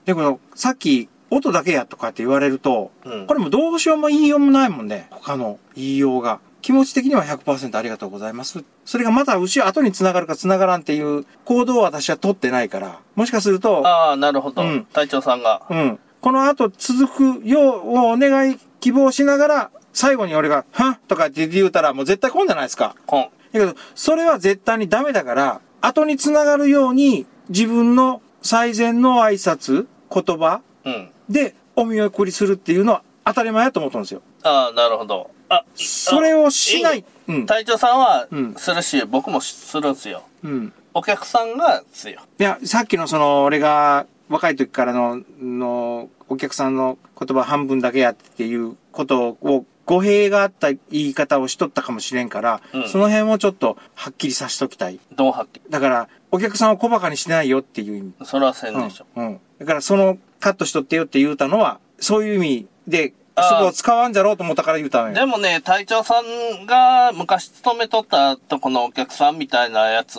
Speaker 7: で、この、さっき、音だけやとかって言われると、
Speaker 6: うん
Speaker 7: これもどうしようも言いようもないもんね。他の言いようが。気持ち的には100%ありがとうございます。それがまた後ろ後に繋がるか繋がらんっていう行動を私は取ってないから、もしかすると、
Speaker 6: ああ、なるほど。
Speaker 7: うん
Speaker 6: 隊長さんが。
Speaker 7: うん。この後続くようをお願い、希望しながら、最後に俺が、はんとかって言うたらもう絶対来んじゃないですか。
Speaker 6: こん。
Speaker 7: だけど、それは絶対にダメだから、後に繋がるように、自分の最善の挨拶、言葉
Speaker 6: うん。
Speaker 7: でお見送りするっていうのは当たり前やと思ったんですよ。
Speaker 6: ああ、なるほど。あ、
Speaker 7: それをしない。うん。
Speaker 6: 隊長さんは
Speaker 7: うん、
Speaker 6: するし、僕もするんすよ。
Speaker 7: うん。
Speaker 6: お客さんが、すよ。
Speaker 7: いや、さっきのその、俺が若い時からの、の、お客さんの言葉半分だけやっていうことを、語弊があった言い方をしとったかもしれんから、
Speaker 6: うん
Speaker 7: その辺をちょっとはっきりさしときたい。
Speaker 6: どうはっき
Speaker 7: だから、お客さんを小馬鹿にしてないよっていう意味。
Speaker 6: り。それはせんでしょ。
Speaker 7: うん。うん。だからそのカットしとってよって言うたのは、そういう意味で、
Speaker 6: あー
Speaker 7: そこを使わんじゃろうと思ったから言うたの
Speaker 6: で
Speaker 7: よ。
Speaker 6: もね、隊長さんが昔勤めとったとこのお客さんみたいなやつ、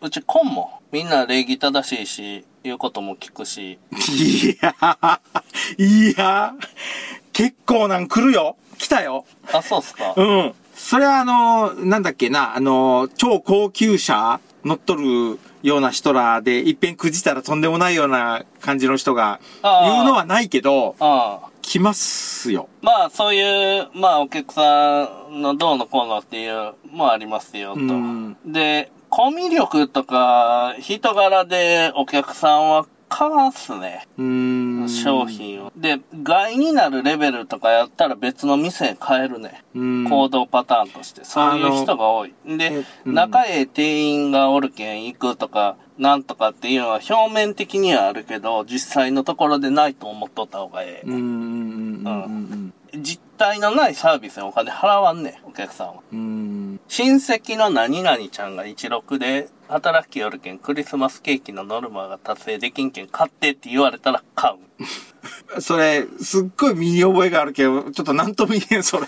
Speaker 6: うちコンも、みんな礼儀正しいし、言うことも聞くし、
Speaker 7: いやー、いやー、結構なん来るよ。来たよ。
Speaker 6: あ、そうっすか。
Speaker 7: うん。それはあのー、なんだっけな、あのー、超高級車乗っとるような人らで、一遍くじったらとんでもないような感じの人が、
Speaker 6: あー
Speaker 7: 言うのはないけど、
Speaker 6: ああ、
Speaker 7: 来ますよ。
Speaker 6: まあ、そういう、まあ、お客さんのどうのこうのっていうもありますよ、と
Speaker 7: うん。
Speaker 6: で、コミュ力とか、人柄でお客さんはかわすね。
Speaker 7: うーん。
Speaker 6: 商。品を。で、害になるレベルとかやったら別の店へ変えるね。
Speaker 7: うん。
Speaker 6: 行動パターンとして。そういう人が多い。
Speaker 7: え
Speaker 6: で、
Speaker 7: うん
Speaker 6: 仲ええ店員がおるけん行くとか、なんとかっていうのは表面的にはあるけど、実際のところでないと思っとった方がええ。
Speaker 7: うんうんうんうん
Speaker 6: 実体のないサービスにお金払わんねん、お客さんは。
Speaker 7: うんうん。
Speaker 6: 親戚の何々ちゃんが16で働きよるけん、クリスマスケーキのノルマが達成できんけん、買ってって言われたら買う。
Speaker 7: うん。それ、すっごい身に覚えがあるけど、ちょっとなんとも言えん、 それ。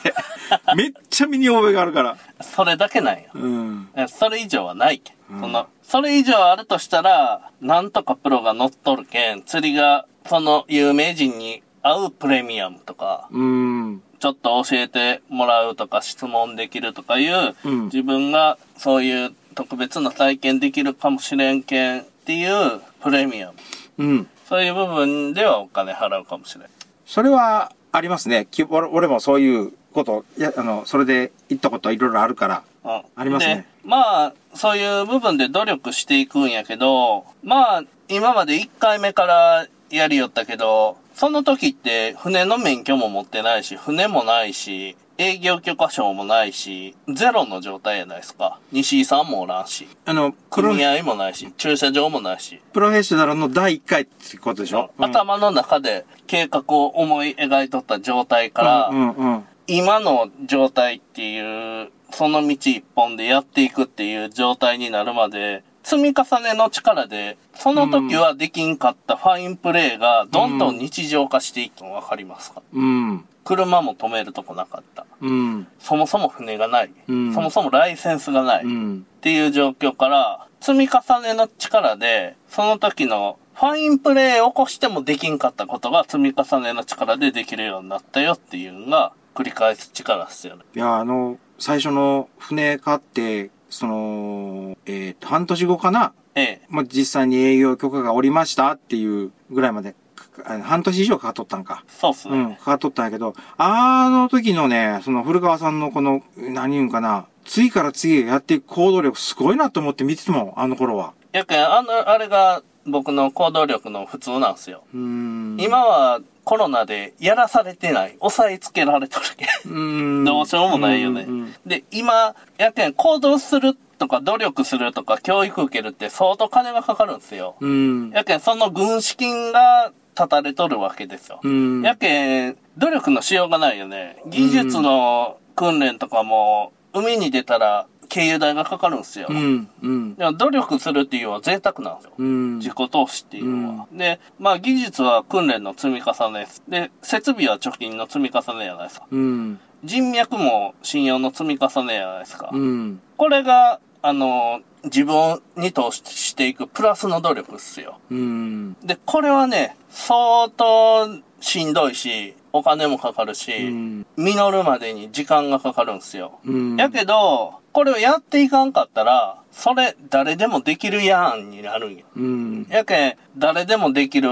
Speaker 7: めっちゃ身に覚えがあるから。
Speaker 6: それだけなんよ。
Speaker 7: うん。
Speaker 6: えそれ以上はないけん。その、それ以上あるとしたら、なんとかプロが乗っとるけん、釣りが、その有名人に合うプレミアムとか、
Speaker 7: うん。
Speaker 6: ちょっと教えてもらうとか質問できるとかいう、
Speaker 7: うん
Speaker 6: 自分がそういう特別な体験できるかもしれんけんっていうプレミアム。
Speaker 7: うん。
Speaker 6: そういう部分ではお金払うかもしれない。
Speaker 7: それはありますね。き俺俺もそういうこと、いや、あの、それで行ったこといろいろあるから。
Speaker 6: うん、
Speaker 7: ありますね
Speaker 6: でまあ、そういう部分で努力していくんやけど、まあ、今まで1回目からやりよったけど、その時って船の免許も持ってないし、船もないし、営業許可証もないし、ゼロの状態やないですか。西井さんもおらんし、
Speaker 7: あの、プロ
Speaker 6: 組合もないし、駐車場もないし。
Speaker 7: プロフェッショナルの第一回ってことでしょ、うん、
Speaker 6: 頭の中で計画を思い描いとった状態から、
Speaker 7: うんうんうん。
Speaker 6: 今の状態っていう、その道一本でやっていくっていう状態になるまで、積み重ねの力で、その時はできんかったファインプレーがどんどん日常化していくの分かりますか
Speaker 7: うん。
Speaker 6: 車も止めるとこなかった。
Speaker 7: うん。
Speaker 6: そもそも船がない。
Speaker 7: うん
Speaker 6: そもそもライセンスがない。
Speaker 7: う
Speaker 6: っ
Speaker 7: ん。
Speaker 6: ていう状況から、積み重ねの力で、その時のファインプレーを起こしてもできんかったことが積み重ねの力でできるようになったよっていうのが、繰り返す力ですよね。
Speaker 7: いや、あの、最初の船買って、その、えーと、半年後かな
Speaker 6: ええ。
Speaker 7: もう実際に営業許可がおりましたっていうぐらいまで、かあの半年以上かかっとったんか。
Speaker 6: そうっすね。
Speaker 7: うん、かかっとったんやけど、あの時のね、その古川さんのこの、何言うんかな、次から次へやっていく行動力すごいなと思って見ててもん、あの頃は。
Speaker 6: やけん、あの、あれが僕の行動力の普通なんですよ。
Speaker 7: うーん。
Speaker 6: 今はコロナでやらされてない。抑えつけられとるけん。
Speaker 7: うーん。
Speaker 6: どうしようもないよね
Speaker 7: うんうん。
Speaker 6: で、今、やけん、行動するとか努力するとか教育受けるって相当金がかかるんですよ。
Speaker 7: うん。
Speaker 6: やけん、その軍資金が立たれとるわけですよ。
Speaker 7: うん。
Speaker 6: やけん、努力のしようがないよね。技術の訓練とかも、海に出たら経由代がかかるんですよ。
Speaker 7: うん。うん。
Speaker 6: いや努力するっていうのは贅沢なんですよ。
Speaker 7: うん。
Speaker 6: 自己投資っていうのは。で、まあ技術は訓練の積み重ねです。で、設備は貯金の積み重ねじゃないですか。
Speaker 7: うん。
Speaker 6: 人脈も信用の積み重ねじゃないですか。
Speaker 7: うん。
Speaker 6: これが、あの、自分に投資していくプラスの努力っすよ。
Speaker 7: うん。
Speaker 6: で、これはね、相当しんどいし、お金もかかるし、
Speaker 7: うん
Speaker 6: 実るまでに時間がかかるんすよ。
Speaker 7: うん。
Speaker 6: やけど、これをやっていかんかったら、それ誰でもできるやんになるんや。
Speaker 7: うん。
Speaker 6: やけん、誰でもできる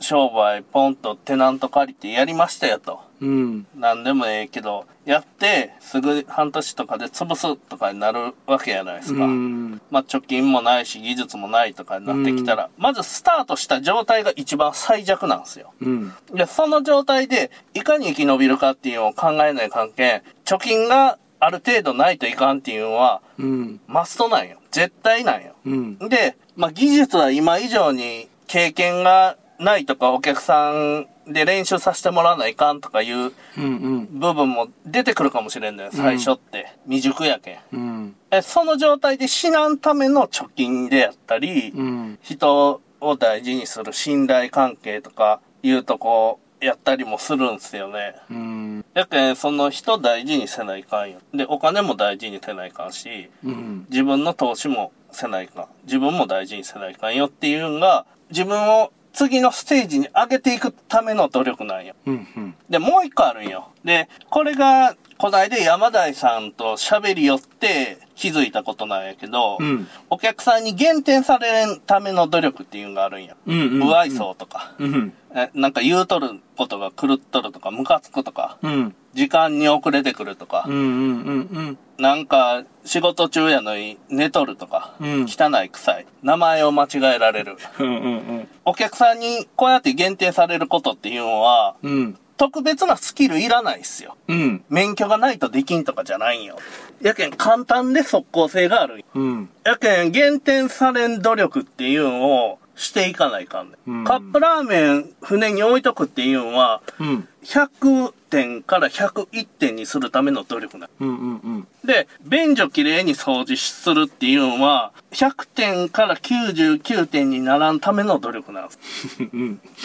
Speaker 6: 商売、ポンとテナント借りてやりましたよと。
Speaker 7: うん。
Speaker 6: なんでもええけど、やって、すぐ半年とかで潰すとかになるわけやないですか。
Speaker 7: うん。
Speaker 6: まあ、貯金もないし、技術もないとかになってきたら、まずスタートした状態が一番最弱なんですよ。
Speaker 7: うん。
Speaker 6: で、その状態で、いかに生き延びるかっていうのを考えない関係、貯金がある程度ないといかんっていうのは、
Speaker 7: うん。
Speaker 6: マストなんよ。絶対なんよ。
Speaker 7: うん。
Speaker 6: で、まあ、技術は今以上に経験がないとか、お客さんで練習させてもらわないかんとかいう
Speaker 7: うん。
Speaker 6: 部分も出てくるかもしれんのよ、最初って。未熟やけん。
Speaker 7: うん。
Speaker 6: え、その状態で死なんための貯金であったり、
Speaker 7: うん。
Speaker 6: 人を大事にする信頼関係とかいうとこやったりもするんすよね。
Speaker 7: うん。
Speaker 6: やけん、その人大事にせないかんよ。で、お金も大事にせないかんし、
Speaker 7: うん。
Speaker 6: 自分の投資もせないかん。自分も大事にせないかんよっていうんが、自分を次のステージに上げていくための努力なんよ。
Speaker 7: うんうん。
Speaker 6: で、もう一個あるんよ。で、これが、こないで山台さんと喋り寄って気づいたことなんやけど、
Speaker 7: うん
Speaker 6: お客さんに減点されるための努力っていうのがあるんや。
Speaker 7: うんうんうん
Speaker 6: 不愛想とか、
Speaker 7: うん。
Speaker 6: えなんか言うとることが狂っとるとか、ムカつくとか、
Speaker 7: うん。
Speaker 6: 時間に遅れてくるとか、
Speaker 7: うんうんうん
Speaker 6: なんか、仕事中やのに寝とるとか、
Speaker 7: うん
Speaker 6: 汚い臭い、名前を間違えられる。
Speaker 7: うん。うんうん
Speaker 6: お客さんにこうやって限定されることっていうのは、
Speaker 7: うん。うん。
Speaker 6: 特別なスキルいらないっすよ。
Speaker 7: うん。
Speaker 6: 免許がないとできんとかじゃないんよ。やけん簡単で即効性がある。
Speaker 7: うん。
Speaker 6: やけん減点されん努力っていうのをしていかないかんね、
Speaker 7: うん
Speaker 6: カップラーメン船に置いとくっていうのは、
Speaker 7: うん。
Speaker 6: 100点から101点にするための努力な
Speaker 7: うんうんうん。
Speaker 6: で、便所きれいに掃除するっていうのは、100点から99点にならんための努力なんです。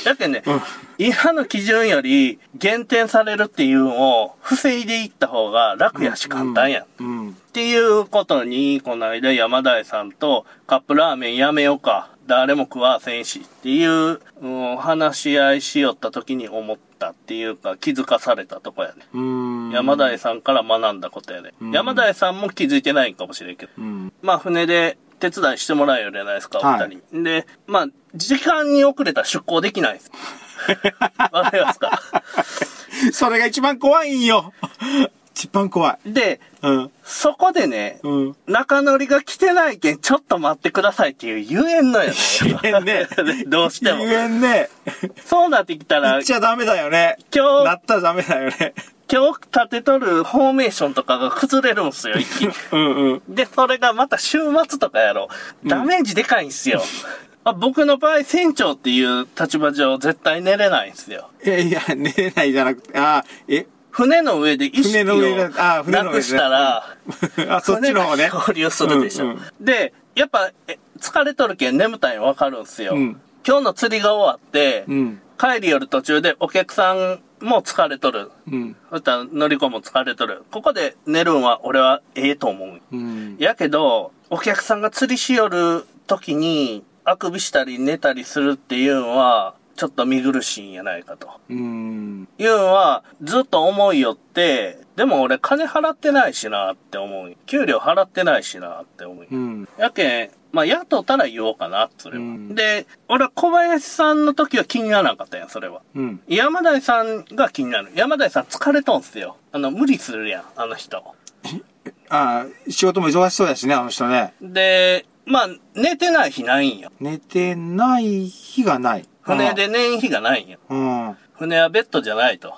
Speaker 6: だけどね、今の基準より減点されるっていうのを防いでいった方が楽やし簡単や。
Speaker 7: うん。
Speaker 6: っていうことに、この間山田さんとカップラーメンやめようか、誰も食わせんしっていう、うん、話し合いしよった時に思ったっていうか気づかされたとこやね。
Speaker 7: うん。
Speaker 6: 山田さんから学んだことやね、山田さんも気づいてないんかもしれんけど、
Speaker 7: うん。
Speaker 6: まあ船で手伝いしてもらえるじゃないですか、お二人に。で、まあ、時間に遅れたら出航できない です。わかりますか
Speaker 7: それが一番怖いんよ。一番怖い。
Speaker 6: で、
Speaker 7: うん。
Speaker 6: そこでね、
Speaker 7: うん。
Speaker 6: 中乗りが来てないけん、ちょっと待ってくださいっていう言えんのよね。
Speaker 7: 言えんね
Speaker 6: どうしても
Speaker 7: 言。えんね。
Speaker 6: そうなってきた
Speaker 7: 言
Speaker 6: ら
Speaker 7: っ、ちゃダメだよね。
Speaker 6: 今日
Speaker 7: なったらダメだよね。
Speaker 6: 今日立てとるフォーメーションとかが崩れるんすよ、一気に。
Speaker 7: うんうん。
Speaker 6: で、それがまた週末とかやろ。ダメージでかいんすよ。あ僕の場合、船長っていう立場上絶対寝れないんすよ。
Speaker 7: いやいや、寝れないじゃなくて、ああ、え
Speaker 6: 船の上で意識
Speaker 7: 船の上だあー
Speaker 6: を
Speaker 7: 船
Speaker 6: な
Speaker 7: の上でね
Speaker 6: くしたら、
Speaker 7: あ、そっちの方ね
Speaker 6: 船。が漂流するでしょ。
Speaker 7: うんうん
Speaker 6: で、やっぱ、え疲れとるけん眠たいのわかるんすよ。
Speaker 7: うん
Speaker 6: 今日の釣りが終わって、
Speaker 7: うん。
Speaker 6: 帰り寄る途中でお客さんも疲れとる。
Speaker 7: うん。
Speaker 6: そしたら乗り子も疲れとる。ここで寝るんは俺はええと思う。
Speaker 7: うん。
Speaker 6: やけど、お客さんが釣りしよる時に、あくびしたり寝たりするっていうのは、ちょっと見苦しいんやないかと。
Speaker 7: うん。
Speaker 6: いうのは、ずっと思いよって、でも俺金払ってないしなって思う。給料払ってないしなって思う。
Speaker 7: うん。
Speaker 6: やけん、まあ、雇ったら言おうかな、それは。
Speaker 7: うん
Speaker 6: で、俺は小林さんの時は気にならなかったやん、それは。
Speaker 7: うん。
Speaker 6: 山田さんが気になる。山田さん疲れとんすよ。あの、無理するやん、あの人。
Speaker 7: ああ、仕事も忙しそうだしね、あの人ね。
Speaker 6: で、まあ、寝てない日ないんよ。
Speaker 7: 寝てない日がない。
Speaker 6: 船で寝ん日がないんよ。
Speaker 7: うん。うん。
Speaker 6: 船はベッドじゃないと。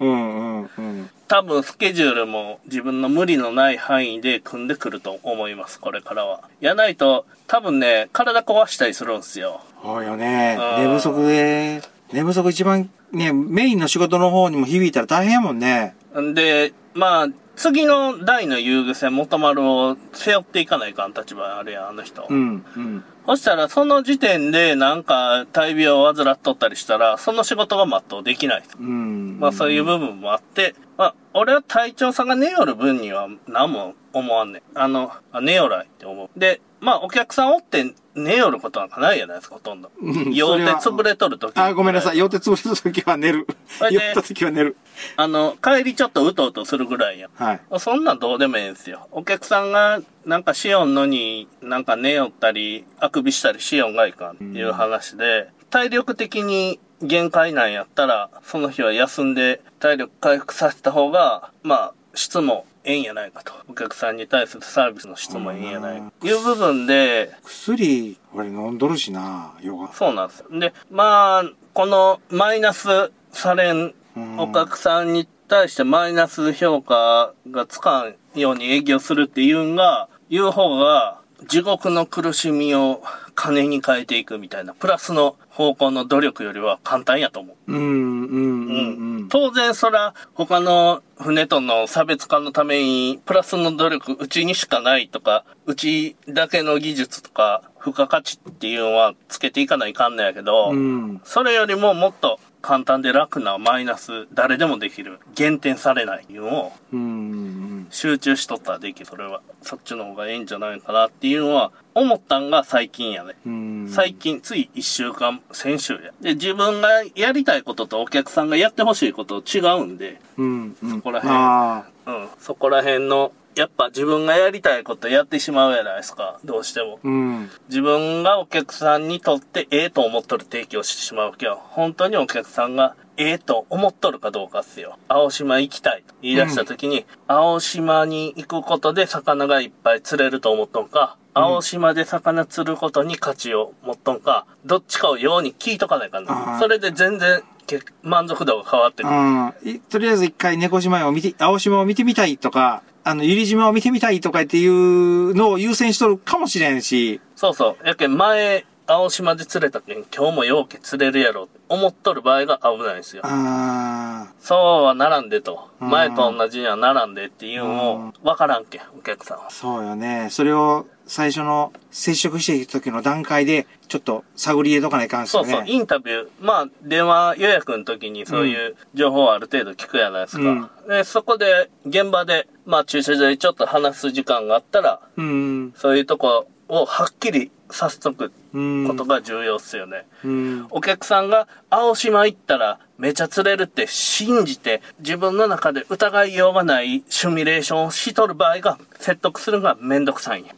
Speaker 7: うん。うん。うん。
Speaker 6: 多分スケジュールも自分の無理のない範囲で組んでくると思います、これからは。やないと、多分ね、体壊したりするんすよ。
Speaker 7: そうよね。
Speaker 6: あー
Speaker 7: 寝不足で、寝不足一番、ね、メインの仕事の方にも響いたら大変やもんね。
Speaker 6: んで、まあ、次の代の遊具船元丸を背負っていかないかん立場あるやん、あの人。
Speaker 7: うん。うん。
Speaker 6: そしたら、その時点でなんか大病を患っとったりしたら、その仕事が全うできない。
Speaker 7: うん。
Speaker 6: まあそういう部分もあって、まあ俺は隊長さんが寝よる分には何も思わんねん。あの、あ寝よらいって思う。で、まあお客さんおって寝よることなんかないじゃないですか、ほとんど。
Speaker 7: ん
Speaker 6: 両
Speaker 7: そ
Speaker 6: 手
Speaker 7: れは
Speaker 6: 潰れとるとき。
Speaker 7: あー、ごめんなさい。
Speaker 6: い。
Speaker 7: 酔って潰れた時は寝る。
Speaker 6: それで
Speaker 7: 酔った時は寝る。
Speaker 6: あの、帰りちょっとうとうとするぐらいやん。
Speaker 7: はい。
Speaker 6: そんなんどうでもええんすよ。お客さんがなんかしよんのになんか寝よったり、あくびしたりしよんがいかんっていう話で、体力的に限界なんやったら、その日は休んで体力回復させた方が、まあ、質もええんやないかと。お客さんに対するサービスの質もええんやないか。いう部分で、
Speaker 7: 薬、俺飲んどるしな、ヨガ。
Speaker 6: そうなんですよ。で、まあ、このマイナスされん
Speaker 7: ん
Speaker 6: お客さんに対してマイナス評価がつかんように営業するっていうんが、言う方が地獄の苦しみを金に変えていくみたいな、プラスの方向の努力よりは簡単やと思う。
Speaker 7: うん、うん、う、
Speaker 6: うん
Speaker 7: うん。
Speaker 6: 当然そら他の船との差別化のためにプラスの努力うちにしかないとかうちだけの技術とか付加価値っていうのはつけていかないかんのやけど、
Speaker 7: うん。
Speaker 6: それよりももっと簡単で楽なマイナス誰でもできる減点されないいうのを
Speaker 7: うん。
Speaker 6: 集中しとったらできそれはそっちの方がええんじゃないかなっていうのは思ったんが最近やね、
Speaker 7: うん
Speaker 6: 最近つい1週間先週やで自分がやりたいこととお客さんがやってほしいこと違うんで
Speaker 7: うんうん
Speaker 6: そこら辺
Speaker 7: あ
Speaker 6: うん、そこら辺の、やっぱ自分がやりたいことやってしまうじゃないですか、どうしても。
Speaker 7: ーうん
Speaker 6: 自分がお客さんにとってええと思っとる提供してしまうわけよ。本当にお客さんがええと思っとるかどうかっすよ。青島行きたいと言い出した時に、青島に行くことで魚がいっぱい釣れると思っとんか、青島で魚釣ることに価値を持っとんか、どっちかをように聞いとかないか
Speaker 7: あ
Speaker 6: な。
Speaker 7: ー
Speaker 6: それで全然結満足度が変わってくる。
Speaker 7: あーいとりあえず一回猫島を見て、青島を見てみたいとか、あの、百合島を見てみたいとかっていうのを優先しとるかもしれんし、
Speaker 6: そうそう。やけん前、青島で釣れたけん、今日もようけ釣れるやろって思っとる場合が危ないんですよ。
Speaker 7: あ
Speaker 6: そうはならんでと。
Speaker 7: うん
Speaker 6: 前と同じにはならんでっていうのを、わからんけん、お客さんは
Speaker 7: ー、。そうよね。それを最初の接触していく時の段階で、ちょっと探り入れとかないかんす
Speaker 6: そ
Speaker 7: よ
Speaker 6: う
Speaker 7: ね。
Speaker 6: そう、インタビュー。まあ、電話予約の時にそういう情報をある程度聞くやないですか。で、そこで、現場で、まあ、駐車場でちょっと話す時間があったら、
Speaker 7: うん。
Speaker 6: そういうとこをはっきりさせとく
Speaker 7: うん。
Speaker 6: ことが重要っすよね。
Speaker 7: うん。
Speaker 6: お客さんが青島行ったらめちゃ釣れるって信じて自分の中で疑いようがないシミュレーションをしとる場合が説得するのがめんどくさいんや。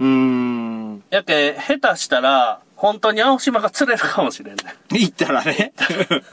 Speaker 7: うん。
Speaker 6: やけ、下手したら本当に青島が釣れるかも しれんね。
Speaker 7: 言ったら ね。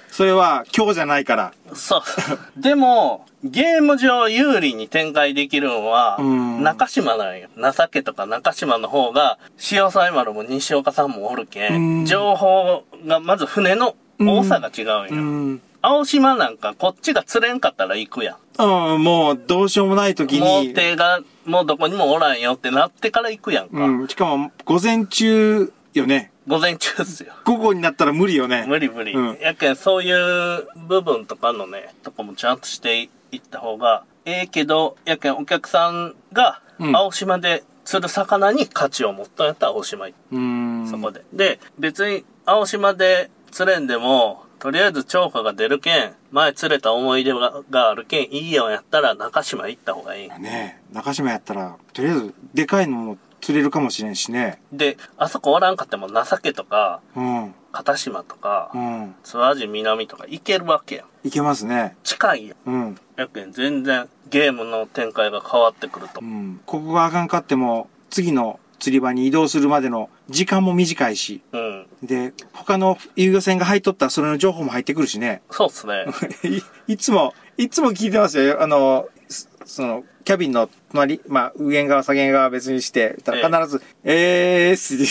Speaker 7: それは今日じゃないから。
Speaker 6: そう。でも、ゲーム上有利に展開できるのは
Speaker 7: うん
Speaker 6: 中島なんよ。情けとか中島の方が潮騒丸も西岡さんもおるけ
Speaker 7: うん
Speaker 6: ん、情報がまず船の多さが違うん
Speaker 7: う
Speaker 6: よ。
Speaker 7: ん。
Speaker 6: 青島なんかこっちが釣れんかったら行くや
Speaker 7: うん、もうどうしようもない時に。
Speaker 6: ん。もう手がもうどこにもおらんよってなってから行くやんか。
Speaker 7: うん。しかも、午前中よね。
Speaker 6: 午前中っす よ。
Speaker 7: 午後になったら無理よね。
Speaker 6: 無理無理。
Speaker 7: うん
Speaker 6: やけんそういう部分とかのね、とかもちゃんとしていった方がええけど、やけんお客さんが
Speaker 7: うん
Speaker 6: 青島で釣る魚に価値を持ったんやったら青島行って
Speaker 7: うーん。
Speaker 6: そこで。で、別に青島で釣れんでも、とりあえず釣果が出るけん、前釣れた思い出ががあるけん、いいよやったら中島行った方がいい。
Speaker 7: ねえ、中島やったら、とりあえず、でかいのも釣れるかもしれんしね。
Speaker 6: で、あそこおらんかっても情けとか、
Speaker 7: うん。
Speaker 6: 片島とか
Speaker 7: う、ん。
Speaker 6: 諏訪路南とか行けるわけやん。
Speaker 7: いけますね。
Speaker 6: 近いやん。
Speaker 7: うん。
Speaker 6: やけん全然ゲームの展開が変わってくると
Speaker 7: う。ん。ここがあかんかっても、次の釣り場に移動するまでの時間も短いし。
Speaker 6: うん。
Speaker 7: で、他の遊漁船が入っとったらそれの情報も入ってくるしね。
Speaker 6: そうっすね。
Speaker 7: いいつも、いつも聞いてますよ。あの、すその、キャビンの隣、まあ、右舷側、左舷側は別にして、た
Speaker 6: ええ
Speaker 7: ら必ず、えーすって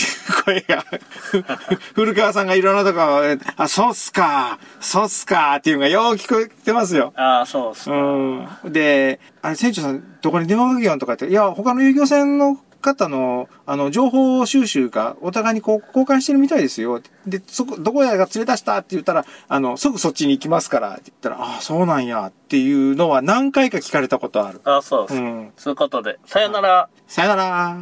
Speaker 7: いう声が、 古川さんがいろんなとこ、えあ、そうっすか、そうっすかっていうのがよう聞こえてますよ。
Speaker 6: ああ、そうっす。
Speaker 7: うん。で、あれ、船長さん、どこに電話かけよんとかって、いや、他の遊漁船の方の、あの、情報収集が、お互いにこう、交換してるみたいですよ。で、そこ、どこやが連れ出したって言ったら、あの、即そっちに行きますから、って言ったら、ああ、そうなんや、っていうのは何回か聞かれたことある。
Speaker 6: ああ、そうっす。
Speaker 7: うん
Speaker 6: そういうことで、さよなら。
Speaker 7: さよなら。